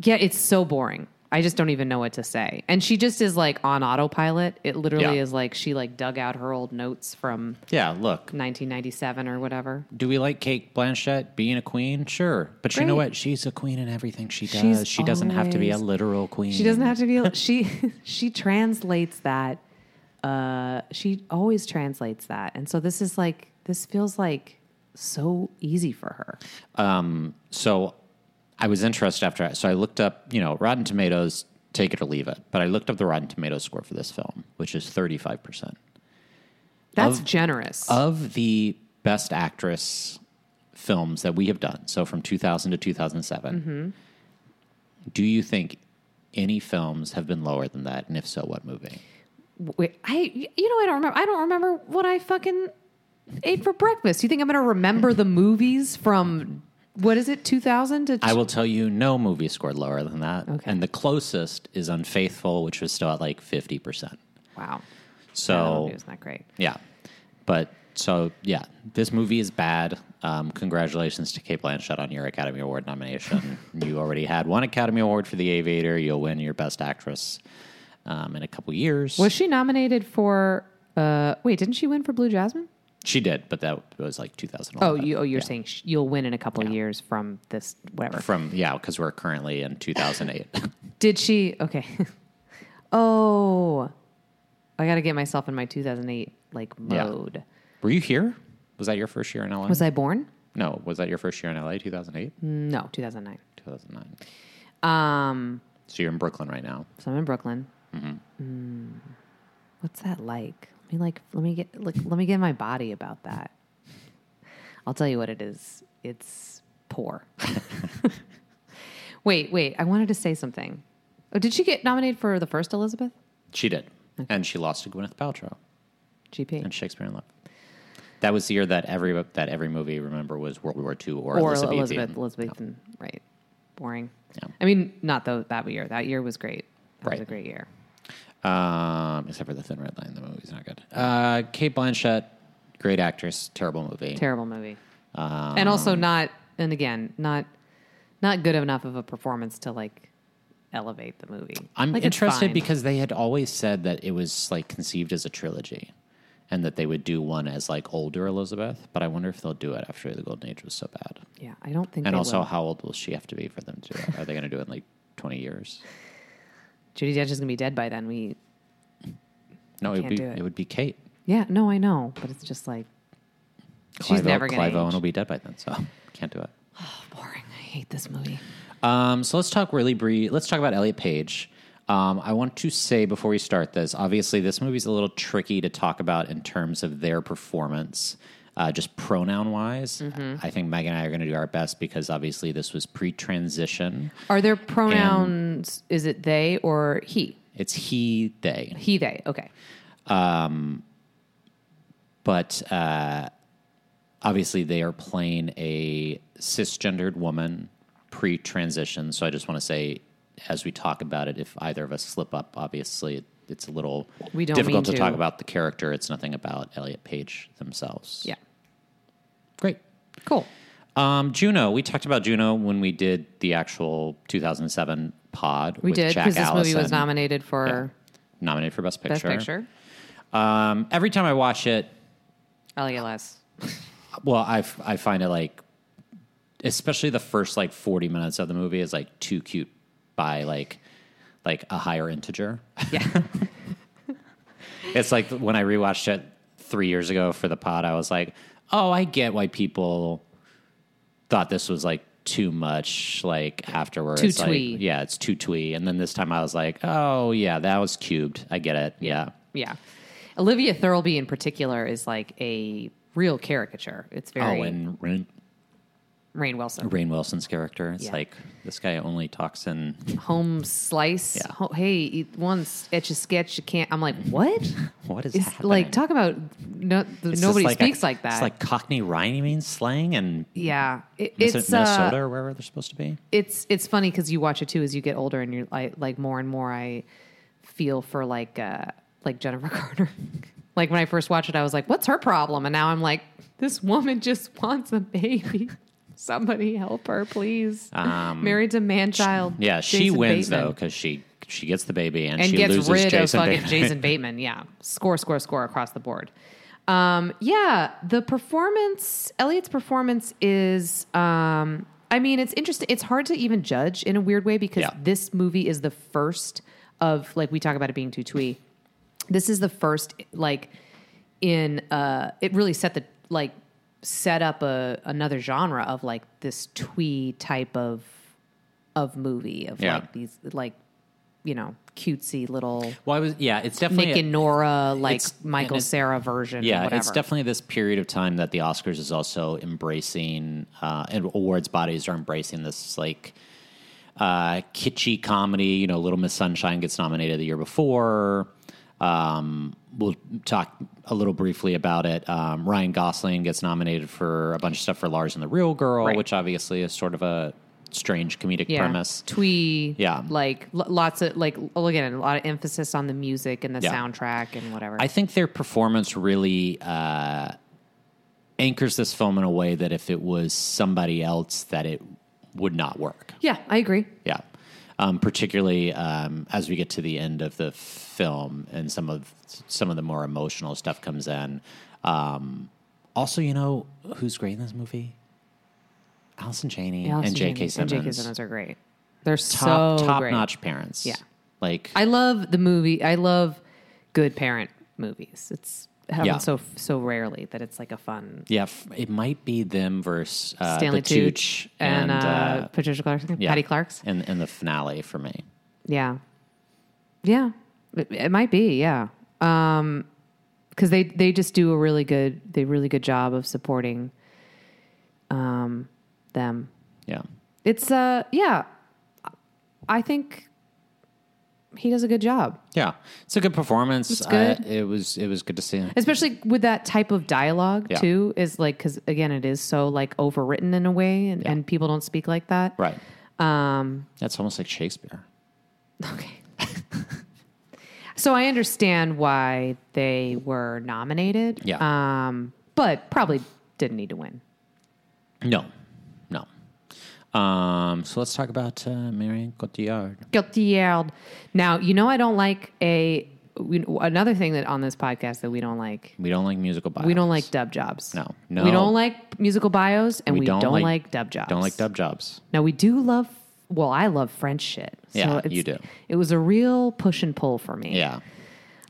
S4: Yeah, it's so boring. I just don't even know what to say. And she just is like on autopilot. It literally
S1: Yeah.
S4: is like she like dug out her old notes from
S1: Yeah, look,
S4: 1997 or whatever.
S1: do we like Kate Blanchett being a queen? Sure. But you know
S4: Great.
S1: what? She's a queen in everything she does.
S4: She's
S1: she doesn't have to be a
S4: always-
S1: literal queen.
S4: She doesn't have to
S1: Mm.
S4: be she she translates that uh she always translates that. And so this is like this feels like so easy for her.
S1: Um, so I was interested after I, so I looked up, you know, Rotten Tomatoes, take it or leave it. But I looked up the Rotten Tomatoes score for this film, which is 35%.
S4: That's generous.
S1: Of the best actress films that we have done, so from 2000 to 2007,
S4: Mm-hmm.
S1: do you think any films have been lower than that? And if so, what movie?
S4: Wait, I you know I don't remember. I don't remember what I fucking ate for breakfast. You think I'm gonna remember the movies from what is it, 2000 to?
S1: I will tell you, no movie scored lower than that.
S4: Okay.
S1: And the closest is Unfaithful, which was still at like 50%.
S4: wow.
S1: So,
S4: it was not great.
S1: yeah. But so, yeah, this movie is bad. Um, congratulations to Kate Blanchett on your Academy Award nomination. you already had one Academy Award for The Aviator. You'll win your Best Actress um, in a couple years.
S4: Was she nominated for? Uh, wait, didn't she win for Blue Jasmine?
S1: She did, but that was like 2011.
S4: Oh, you, oh, you're saying sh- you'll win in a couple of years from this whatever.
S1: From, yeah, because we're currently in 2008.
S4: Did she? Okay. oh, I got to get myself in my 2008 like
S1: Yeah.
S4: mode.
S1: Were you here? Was that your first year in LA?
S4: Was I Mm. born?
S1: no, was that your first year in LA? 2008?
S4: No, 2009.
S1: 2009.
S4: Um,
S1: So you're in Brooklyn right now.
S4: so I'm in Brooklyn. Mm. What's that like? Let me like let me get like let me get in my body about that. I'll tell you what it is. It's poor. wait, wait. I wanted to say something. Oh, did she get nominated for the first Elizabeth?
S1: She did.
S4: Mm-hmm.
S1: And she lost to Gwyneth Paltrow
S4: GP.
S1: in Shakespeare in Love. That was the year that every that every movie, remember, was World War II or,
S4: or
S1: Elizabethan.
S4: Elizabeth Elizabethan, right? Boring.
S1: Yeah.
S4: I mean, not though that year. That year was great. That was
S1: Right.
S4: a great year.
S1: Um, except for The Thin Red Line. The movie's not good. Uh, Kate Blanchett, great actress, terrible movie.
S4: Terrible movie.
S1: Um,
S4: and also not, and again, not not good enough of a performance to like elevate the movie.
S1: I'm
S4: Like, it's
S1: interested
S4: fine.
S1: because they had always said that it was like conceived as a trilogy and that they would do one as like older Elizabeth, but I wonder if they'll do it after the Golden Age was so bad.
S4: yeah, I don't think.
S1: And
S4: they
S1: also,
S4: will.
S1: how old will she have to be for them to do it? Are they going to do it in like 20 years?
S4: Judy Dench is gonna be dead by then. We,
S1: No, it would,
S4: Can't
S1: be,
S4: do it.
S1: it. would be Kate.
S4: yeah, no, I know, but it's just like she's
S1: Clive O-
S4: never
S1: Clive
S4: gonna.
S1: Owen will
S4: age.
S1: be dead by then, so can't do it.
S4: Boring. I hate this movie.
S1: Um, so let's talk really brief. Let's talk about Elliot Page. Um, I want to say before we start this, obviously this movie's a little tricky to talk about in terms of their performance, uh, just pronoun wise. I think Meg and I are going to do our best because obviously this was pre-transition.
S4: Are there pronouns? is it they or he?
S1: It's he, they.
S4: He they? Okay.
S1: but uh, obviously they are playing a cisgendered woman pre-transition. So I just want to say, as we talk about it, if either of us slip up, obviously it, it's a little
S4: We don't
S1: difficult
S4: mean
S1: to talk
S4: to.
S1: about the character. It's nothing about Elliot Page themselves.
S4: Yeah.
S1: great.
S4: Cool.
S1: Um, Juno, we talked about Juno when we did the actual 2007 pod.
S4: We
S1: with
S4: did
S1: Jack
S4: because this movie was
S1: Allison,
S4: nominated for
S1: nominated for Best
S4: Best
S1: Picture.
S4: Picture.
S1: Um, every time I watch it,
S4: LELS.
S1: Well, I, f- I find it like, especially the first like 40 minutes of the movie is like too cute by like like a higher integer.
S4: Yeah.
S1: It's like when I rewatched it three years ago for the pod, I was like, oh, I get why people thought this was like too much. Like afterwards,
S4: Too
S1: Like,
S4: twee.
S1: yeah, it's too twee. And then this time I was like, oh yeah, that was cubed. I get it. Yeah,
S4: yeah. Olivia Thirlby in particular is like a real caricature. It's very
S1: Oh, and Rain,
S4: Rain Wilson.
S1: Rain Wilson's character. It's
S4: Yeah.
S1: like this guy only talks in
S4: Home slice.
S1: Yeah.
S4: Ho- hey, eat one etch a sketch. You can't. I'm like, what?
S1: what is
S4: It's
S1: happening?
S4: like talk about no, th-
S1: It's
S4: nobody
S1: just like a-
S4: speaks like that.
S1: It's like Cockney rhyming slang and
S4: yeah, it,
S1: Mis-
S4: it's
S1: Minnesota
S4: uh,
S1: or wherever they're supposed to be.
S4: it's it's funny because you watch it too as you get older and you're like, like more and more I feel for like uh like Jennifer Carter. like when I first watched it, I was like, "What's her problem?" And now I'm like, "This woman just wants a baby. Somebody help her, please." Married to man child.
S1: Um, Yeah, she
S4: Jason
S1: wins
S4: Bateman.
S1: though because she she gets the baby and,
S4: and
S1: she
S4: gets
S1: loses
S4: rid
S1: Jason
S4: of fucking
S1: Bateman.
S4: Jason Bateman. Yeah, score, score, score across the board. Um, yeah, the performance, Elliot's performance is. Um, I mean, it's interesting. It's hard to even judge in a weird way because
S1: Yeah.
S4: this movie is the first of like we talk about it being too twee. This is the first like in uh it really set the like set up a another genre of like this twee type of of movie of
S1: Yeah.
S4: like these like you know, cutesy little
S1: Well, I was yeah. It's definitely
S4: Nick
S1: a-
S4: and Nora, like
S1: it's- and
S4: Michael
S1: it's-
S4: Sarah version.
S1: yeah.
S4: or whatever.
S1: It's definitely this period of time that the Oscars is also embracing uh, and awards bodies are embracing this like uh, kitschy comedy. You know, Little Miss Sunshine gets nominated the year before. Um, we'll talk a little briefly about it. Um, Ryan Gosling gets nominated for a bunch of stuff for Lars and the Real Girl,
S4: Right.
S1: which obviously is sort of a strange comedic
S4: yeah.
S1: premise.
S4: twee,
S1: Yeah.
S4: like lo- lots of like l- again, a lot of emphasis on the music and the
S1: Yeah.
S4: soundtrack and whatever.
S1: I think their performance really uh, anchors this film in a way that if it was somebody else, that it would not work.
S4: yeah, I agree.
S1: Yeah, um, particularly um, as we get to the end of the film and some of some of the more emotional stuff comes in. Um, also, you know who's great in this movie? Allison Janney
S4: Allison
S1: and J.K.
S4: Janney
S1: Simmons,
S4: And J.K. Simmons are great. They're
S1: top
S4: so
S1: top
S4: great.
S1: notch parents.
S4: Yeah.
S1: like
S4: I love the movie. I love good parent movies. It's happens
S1: Yeah.
S4: so so rarely that it's like a fun
S1: yeah, f- it might be them versus uh,
S4: Stanley
S1: Battucci
S4: Tucci and, uh, Patricia Clarkson,
S1: yeah,
S4: Patty Clark's.
S1: in in the finale for me.
S4: Yeah. Yeah. It, it might be, yeah. Um 'cause cuz they they just do a really good they really good job of supporting um them.
S1: Yeah,
S4: It's uh yeah. I think he does a good job.
S1: yeah, it's a good performance.
S4: It's good.
S1: I- it was it was good to see him.
S4: Especially with that type of dialogue
S1: Yeah.
S4: too is like cuz again it is so like overwritten in a way and, and people don't speak like that.
S1: Right,
S4: Um
S1: that's almost like Shakespeare.
S4: Okay. so I understand why they were nominated.
S1: Yeah.
S4: Um, but probably didn't need to win.
S1: No, no. Um, so let's talk about uh, Marion Cotillard.
S4: Guilty yelled. Now you know I don't like a we, another thing that on this podcast that we don't like.
S1: We don't like musical bios.
S4: We don't like dub jobs.
S1: No, no.
S4: We don't like musical bios, and we, don't, like, dub jobs.
S1: Don't like dub jobs.
S4: Now we do love. Well, I love French shit. So
S1: Yeah,
S4: it's-
S1: you do.
S4: It was a real push and pull for me.
S1: Yeah.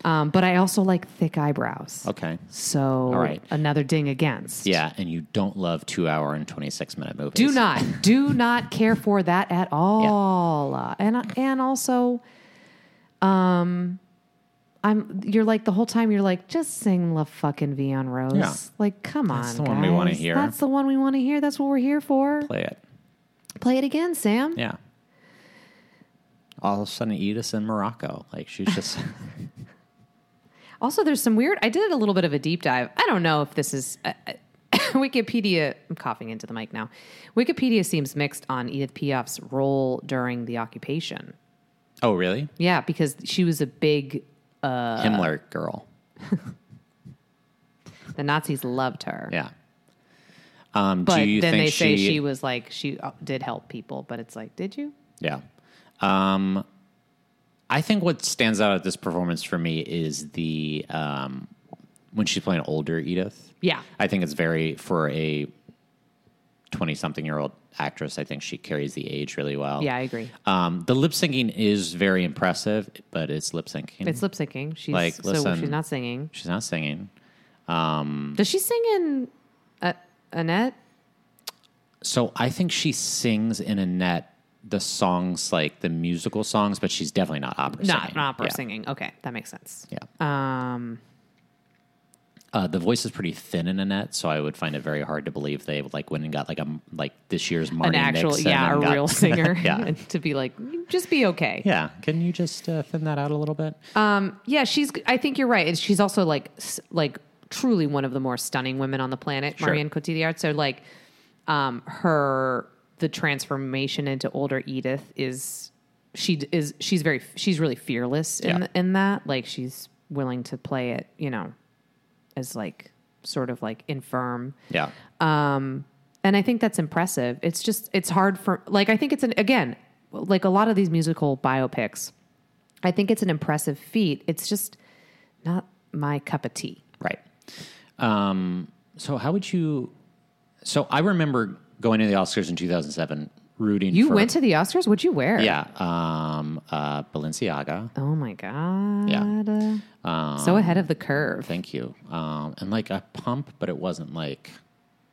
S4: Um, but I also like thick eyebrows.
S1: Okay.
S4: So
S1: right.
S4: another ding against.
S1: Yeah, and you don't love two hour and twenty six minute movies.
S4: Do not, do not care for that at all. Uh, and and also, um, I'm you're like the whole time you're like just sing La fucking Vion Rose.
S1: Yeah.
S4: Like come
S1: That's
S4: on,
S1: the one we wanna
S4: guys.
S1: hear.
S4: That's the one we want to hear. That's what we're here for. Play,
S1: play it.
S4: it again, Sam.
S1: Yeah. All of a sudden, eat us in Morocco. Like she's just.
S4: Also, there's some weird. I did a little bit of a deep dive. I don't know if this is uh, uh, Wikipedia. I'm coughing into the mic now. Wikipedia seems mixed on Edith Piaf's role during the occupation.
S1: oh really?
S4: Yeah, because she was a big. Uh,
S1: Himmler girl.
S4: The Nazis loved her.
S1: Yeah. Um,
S4: But
S1: do you
S4: then
S1: think
S4: they say
S1: she
S4: she was like she uh, did help people, but it's like, did you?
S1: Yeah. Um, I think what stands out at this performance for me is the um, when she's playing older Edith.
S4: Yeah.
S1: I think it's very for a twenty-something-year-old actress. I think she carries the age really well.
S4: Yeah, I agree.
S1: Um, the lip syncing is very impressive, but it's lip syncing.
S4: It's lip syncing. She's
S1: Like,
S4: so
S1: listen. Hmm.
S4: she's not singing.
S1: she's not singing.
S4: Does she sing in uh, Annette?
S1: So I think she sings in Annette the songs like the musical songs, but she's definitely not opera
S4: Not
S1: singing.
S4: an opera
S1: Yeah.
S4: singing. Okay, that makes sense.
S1: Yeah.
S4: Um,
S1: Uh, the voice is pretty thin in Annette, so I would find it very hard to believe they like went and got like a like this year's Marty
S4: an actual,
S1: Nixon
S4: yeah, a
S1: and got-
S4: real singer.
S1: yeah,
S4: and to be like, just be okay.
S1: yeah. Can you just uh, thin that out a little bit?
S4: Yeah, she's. I think you're right, and she's also like s- like truly one of the more stunning women on the planet,
S1: Sure.
S4: Marianne Cotillard. So like, um, her the transformation into older Edith is she d- is she's very she's really fearless in
S1: Yeah.
S4: in that like she's willing to play it you know as like sort of like infirm
S1: yeah,
S4: um, and I think that's impressive. It's just it's hard for like I think it's an again like a lot of these musical biopics. I think it's an impressive feat. It's just not my cup of tea.
S1: right. Um, so how would you? So I remember going to the Oscars in 2007, rooting.
S4: You
S1: for,
S4: went to the Oscars. What'd you wear?
S1: yeah, um, uh, Balenciaga.
S4: Oh my god.
S1: Yeah. Um,
S4: Uh, so ahead of the curve.
S1: Thank you. Um, and like a pump, but it wasn't like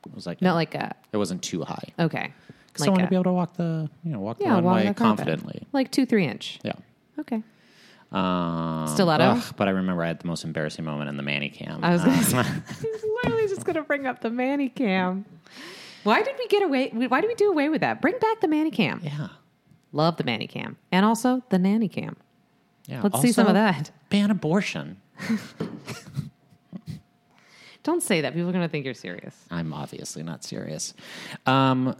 S1: it was like
S4: Not like a
S1: it wasn't too high.
S4: okay.
S1: Because I wanted to be able to walk the you know walk the
S4: walk
S1: runway
S4: the carpet.
S1: confidently.
S4: Like two three inch.
S1: Yeah.
S4: Okay.
S1: Um,
S4: Stiletto?
S1: ugh, but I remember I had the most embarrassing moment in the Manny Cam.
S4: I was
S1: Uh,
S4: gonna say, he's literally just gonna bring up the manny cam. Why did we get away? Why did we do away with that? Bring back the manny cam.
S1: yeah,
S4: Love the manny cam, and also the nanny cam.
S1: yeah.
S4: Let's see some of
S1: Also,
S4: that.
S1: Ban abortion.
S4: Don't say that. People are gonna think you're serious.
S1: I'm obviously not serious. Um,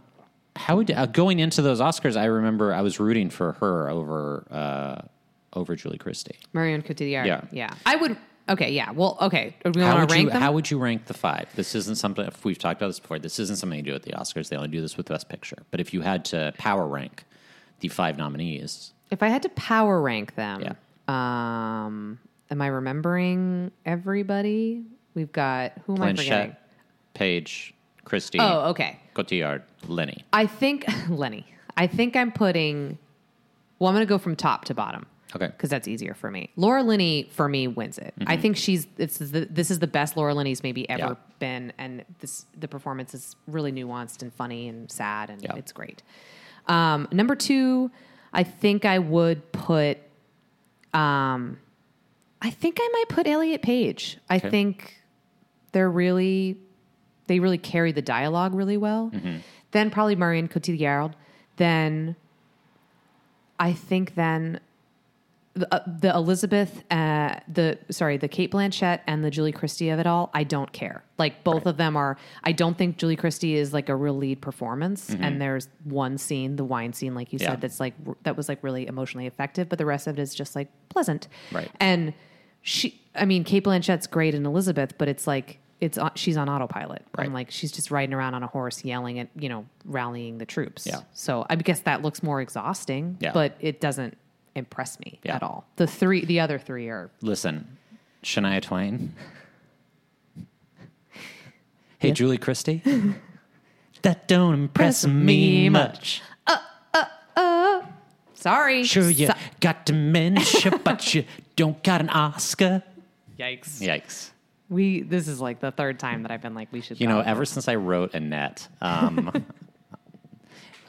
S1: how would, uh, going into those Oscars? I remember I was rooting for her over uh, over Julie Christie.
S4: Marion Cotillard.
S1: Yeah.
S4: yeah. I would. Okay, yeah. Well, okay. Are we
S1: How
S4: gonna
S1: would
S4: rank
S1: you
S4: them?
S1: how would you rank the five? This isn't something if we've talked about this before. This isn't something you do at the Oscars. They only do this with Best Picture. But if you had to power rank the five nominees,
S4: if I had to power rank them,
S1: Yeah.
S4: um, am I remembering everybody? We've got who am I
S1: Blanchett,
S4: forgetting?
S1: Page, Christie,
S4: Oh, okay.
S1: Cotillard, Lenny.
S4: I think Lenny. I think I'm putting. Well, I'm going to go from top to bottom.
S1: Okay.
S4: Because that's easier for me. Laura Linney for me wins it. I think she's this is the this is the best Laura Linney's maybe ever
S1: Mm-hmm. Yeah.
S4: been, and this the performance is really nuanced and funny and sad, and
S1: Yeah.
S4: it's great. Um, number two, I think I would put. Um, I think I might put Elliot Page. I
S1: Okay.
S4: think they're really they really carry the dialogue really well.
S1: Mm-hmm.
S4: Then probably Marion Cotillard. Then I think then the, uh, the Elizabeth, uh, the sorry, the Kate Blanchett and the Julie Christie of it all. I don't care. Like both of them are. I don't think Julie Christie is like a real lead performance. And there's one scene, the wine scene, like you
S1: Mm-hmm. Yeah.
S4: said, that's like r- that was like really emotionally effective. But the rest of it is just like pleasant.
S1: Right.
S4: And she, I mean, Kate Blanchett's great in Elizabeth, but it's like it's on, she's on autopilot.
S1: Right.
S4: I'm like she's just riding around on a horse, yelling at you know, rallying the troops.
S1: Yeah.
S4: So I guess that looks more exhausting.
S1: Yeah.
S4: But it doesn't impress me
S1: Yeah.
S4: at all. The three, the other three are
S1: Listen, Shania Twain. Hey, Julie Christie. that don't impress me much.
S4: sorry.
S1: Sure, you
S4: So-
S1: got dementia, but you don't got an Oscar.
S4: yikes. Um,
S1: Yikes.
S4: We this is like the third time that I've been like we should.
S1: You know,
S4: go.
S1: ever since I wrote Annette, um, uh,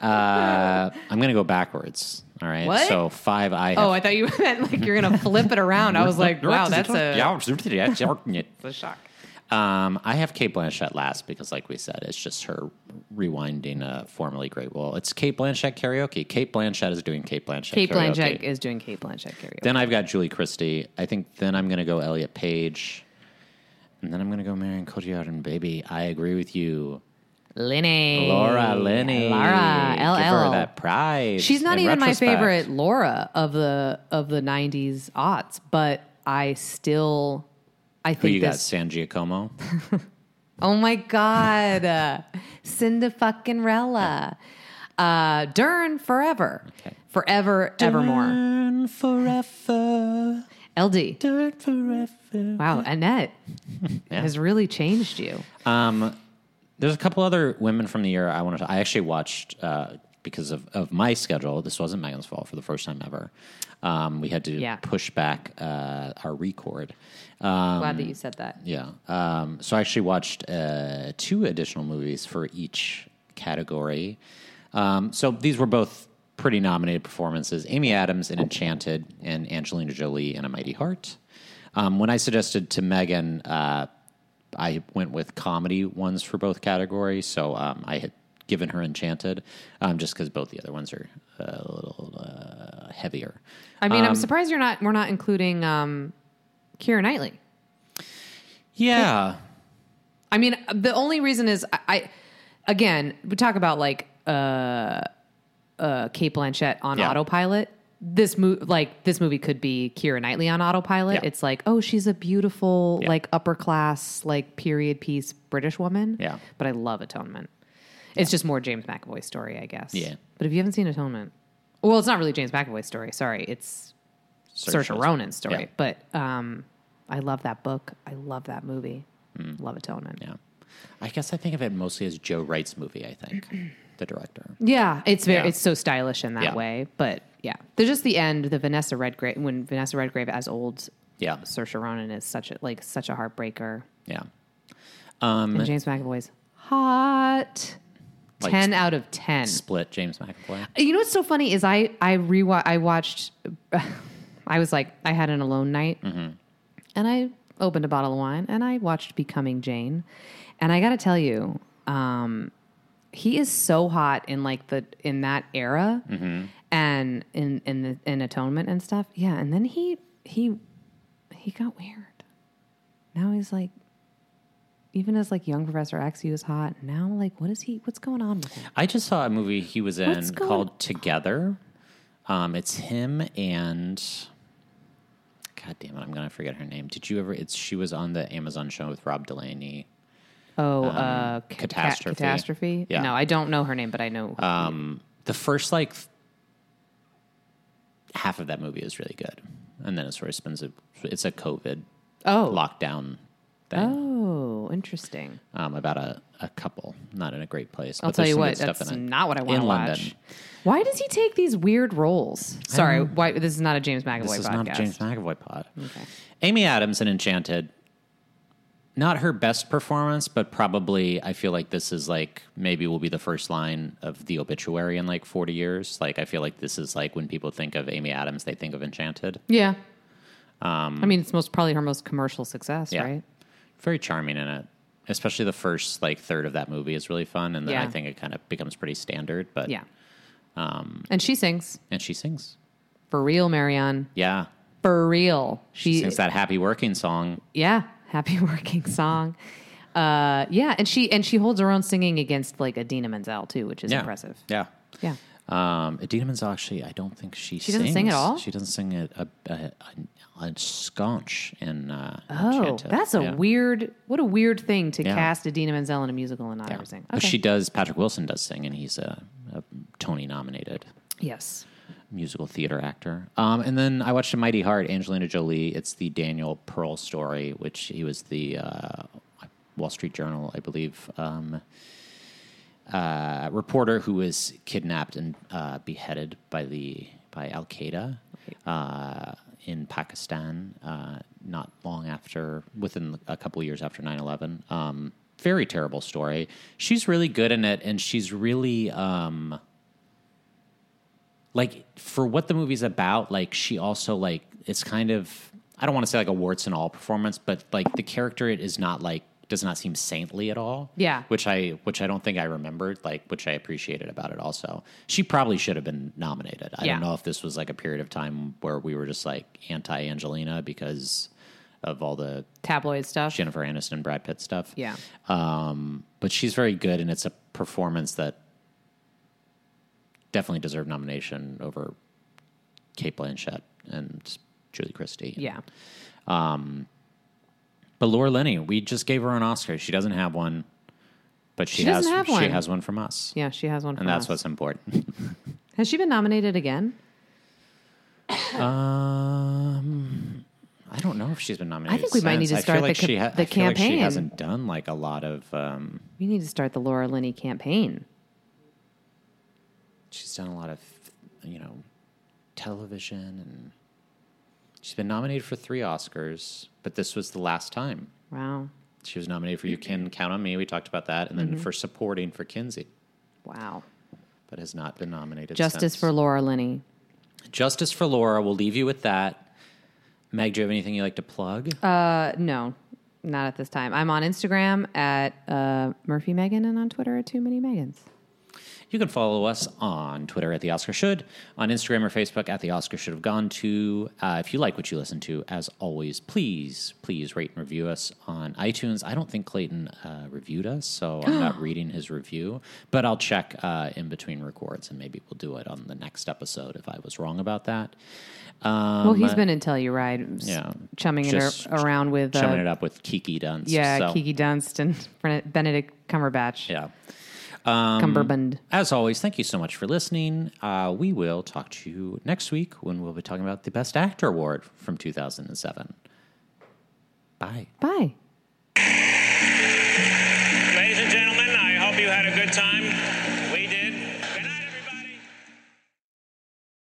S1: I'm going to go backwards. All right.
S4: What?
S1: So five I have.
S4: oh, I thought you meant like you're gonna flip it around. I was like, wow, that's a,
S1: a.
S4: that's a shock.
S1: Um, I have Kate Blanchett last because, like we said, it's just her rewinding a formerly great wall. It's Kate Blanchett karaoke. Kate Blanchett is doing Kate Blanchett.
S4: Kate
S1: karaoke.
S4: Blanchett is doing Kate Blanchett karaoke.
S1: Then I've got Julie Christie. I think then I'm going to go Elliot Page, and then I'm going to go Marion Cotillard. And baby, I agree with you,
S4: Lenny,
S1: Laura Linney,
S4: Laura,
S1: Give her
S4: LL.
S1: that pride.
S4: She's not
S1: in
S4: even
S1: retrospect.
S4: my favorite Laura of the of the '90s aughts, but I still, I
S1: Who
S4: think
S1: you got?
S4: this.
S1: San Giacomo.
S4: Oh my God, uh, Cinda fucking Rella, uh, Dern forever, forever, evermore,
S1: Turn forever.
S4: LD.
S1: Turn forever.
S4: Wow, Annette has really changed you.
S1: Um, there's a couple other women from the year I want to. I actually watched uh, because of, of my schedule. This wasn't Megan's fault for the first time ever. Um, we had to
S4: Yeah.
S1: push back uh, our record. Um,
S4: Glad that you said that.
S1: Yeah. Um, so I actually watched uh, two additional movies for each category. Um, so these were both pretty nominated performances Amy Adams in Enchanted and Angelina Jolie in A Mighty Heart. Um, when I suggested to Megan, uh, I went with comedy ones for both categories. So um, I had given her Enchanted um, just because both the other ones are uh, a little uh, heavier.
S4: I mean,
S1: um,
S4: I'm surprised you're not. We're not including um, Keira Knightley.
S1: Yeah.
S4: I mean, the only reason is I, I again, we talk about like uh uh Kate Blanchett on
S1: Yeah.
S4: autopilot. This movie, like this movie, could be Kira Knightley on autopilot.
S1: Yeah.
S4: It's like, oh, she's a beautiful,
S1: Yeah.
S4: like upper class, like period piece British woman.
S1: Yeah.
S4: but I love Atonement. It's just more James McAvoy story, I guess.
S1: Yeah.
S4: But if you haven't seen Atonement, well, it's not really James McAvoy story. Sorry, it's Saoirse, Ronan's story. But um, I love that book. I love that movie.
S1: Mm.
S4: Love Atonement.
S1: Yeah. I guess I think of it mostly as Joe Wright's movie, I think, the director.
S4: Yeah, it's very
S1: Yeah.
S4: it's so stylish in that
S1: Yeah.
S4: way. But yeah, there's just the end, the Vanessa Redgrave when Vanessa Redgrave as old
S1: Yeah.
S4: Saoirse Ronan is such a like such a heartbreaker,
S1: Yeah.
S4: and James McAvoy's hot.
S1: Um, Like-
S4: ten out of ten.
S1: Split James McAvoy.
S4: You know what's so funny is I I rewa I watched I was like, I had an alone night, and I opened a bottle of wine and I watched Becoming Jane, and I got to tell you, um, he is so hot in like the in that era, and in in the, in Atonement and stuff. Yeah, and then he he he got weird. Now he's like. Even as like young Professor X, he was hot. Now, like, what is he? What's going on with him?
S1: I just saw a movie he was
S4: What's
S1: in
S4: going
S1: called Together. Um, it's him and God damn it, I'm gonna forget her name. Did you ever? It's she was on the Amazon show with Rob Delaney.
S4: Oh, uh, ca- ca-
S1: Um, Catastrophe.
S4: catastrophe.
S1: Yeah. Uh,
S4: No, I don't know her name, but I know.
S1: The first like half of that movie is really good, and then it sort of spins. A, it's a COVID
S4: oh,
S1: lockdown thing
S4: Oh, interesting.
S1: um, about a, a couple not in a great place.
S4: I'll
S1: but
S4: tell
S1: there's
S4: you
S1: some
S4: what,
S1: good stuff
S4: that's
S1: in it.
S4: not what I want
S1: in
S4: to watch.
S1: London.
S4: Why does he take these weird roles? Sorry, why, this is not a James McAvoy
S1: This is
S4: podcast.
S1: not a James McAvoy pod. Amy Adams in Enchanted. Not her best performance, but probably I feel like this is like maybe will be the first line of the obituary in like 40 years. Like I feel like this is like when people think of Amy Adams, they think of Enchanted.
S4: yeah. I mean, it's most probably her most commercial success,
S1: um, Yeah.
S4: right?
S1: Very charming in it. Especially the first like third of that movie is really fun and then I
S4: Yeah.
S1: think it kind of becomes pretty standard, but um,
S4: Yeah. and she sings
S1: and she sings.
S4: for real, Marianne.
S1: Yeah.
S4: For real,
S1: She sings that happy working song.
S4: yeah happy working song uh yeah and she and she holds her own singing against like adina menzel too which is
S1: Yeah.
S4: impressive
S1: Yeah.
S4: yeah
S1: Um, Adina Menzel actually, I don't think she
S4: She doesn't sing
S1: sings.
S4: at all?
S1: She doesn't sing a a, a, a, a sconch in. Uh,
S4: oh
S1: Enchanted.
S4: that's a
S1: Yeah.
S4: weird what a weird thing to
S1: Yeah.
S4: cast adina menzel in a musical and not
S1: Yeah.
S4: ever sing
S1: But she does. Patrick Wilson does sing, and he's a, a Tony-nominated
S4: yes
S1: musical theater actor. Um, and then I watched A Mighty Heart, Angelina Jolie. It's the Daniel Pearl story, which he was the uh, Wall Street Journal, I believe, um, uh, reporter who was kidnapped and uh, beheaded by the by Al Qaeda uh, in Pakistan. Uh, not long after, within a couple of years after 9-11. Um, very terrible story. She's really good in it, and she's really. Um, like for what the movie's about like she also like it's kind of i don't want to say like a warts and all performance but like the character it is not like does not seem saintly at all
S4: Yeah.
S1: which i which i don't think i remembered like which i appreciated about it also she probably should have been nominated i
S4: Yeah.
S1: don't know if this was like a period of time where we were just like anti angelina because of all the
S4: tabloid stuff
S1: jennifer aniston brad pitt stuff
S4: yeah
S1: um, but she's very good, and it's a performance that definitely deserved nomination over Kate Blanchett and Julie Christie.
S4: yeah
S1: But Laura Linney, we just gave her an Oscar. She doesn't have one, but she,
S4: She
S1: has
S4: doesn't have
S1: she
S4: one.
S1: has one from us,
S4: yeah she has one
S1: and that's what's important.
S4: has she been nominated again
S1: um, I don't know if she's been nominated.
S4: think we might need
S1: since.
S4: to
S1: I
S4: start
S1: feel like
S4: the ca-
S1: she ha-
S4: the
S1: I feel like she
S4: campaign.
S1: hasn't done like a lot of. Um,
S4: we need to start the laura linney campaign
S1: she's done a lot of you know television and she's been nominated for three oscars but this was the last time
S4: wow
S1: she was nominated for you
S4: Mm-hmm.
S1: can count on me we talked about that and then for supporting for kinsey
S4: wow
S1: but has not been nominated
S4: justice
S1: since.
S4: for laura linney
S1: justice for laura we'll leave you with that meg do you have anything you'd like to plug
S4: Uh, No, not at this time. I'm on Instagram at uh, Murphy Megan and on Twitter at Too Many Megans.
S1: You can follow us on Twitter at The Oscar Should, on Instagram or Facebook at The Oscar Should Have Gone To. Uh, if you like what you listen to, as always, please, please rate and review us on iTunes. I don't think Clayton uh, reviewed us, so I'm not reading his review, but I'll check uh, in between records and maybe we'll do it on the next episode if I was wrong about that. Um,
S4: well, he's been in Telluride, s-
S1: yeah,
S4: chumming it
S1: just
S4: ar- around with
S1: chumming it
S4: uh,
S1: up with Kiki Dunst.
S4: yeah
S1: so,
S4: Kiki Dunst and Bren- Benedict Cumberbatch.
S1: Yeah. Um,
S4: Cumberbund.
S1: As always, thank you so much for listening. Uh, we will talk to you next week when we'll be talking about the Best Actor Award from 2007. Bye.
S4: Bye.
S2: Ladies and gentlemen, I hope you had a good time.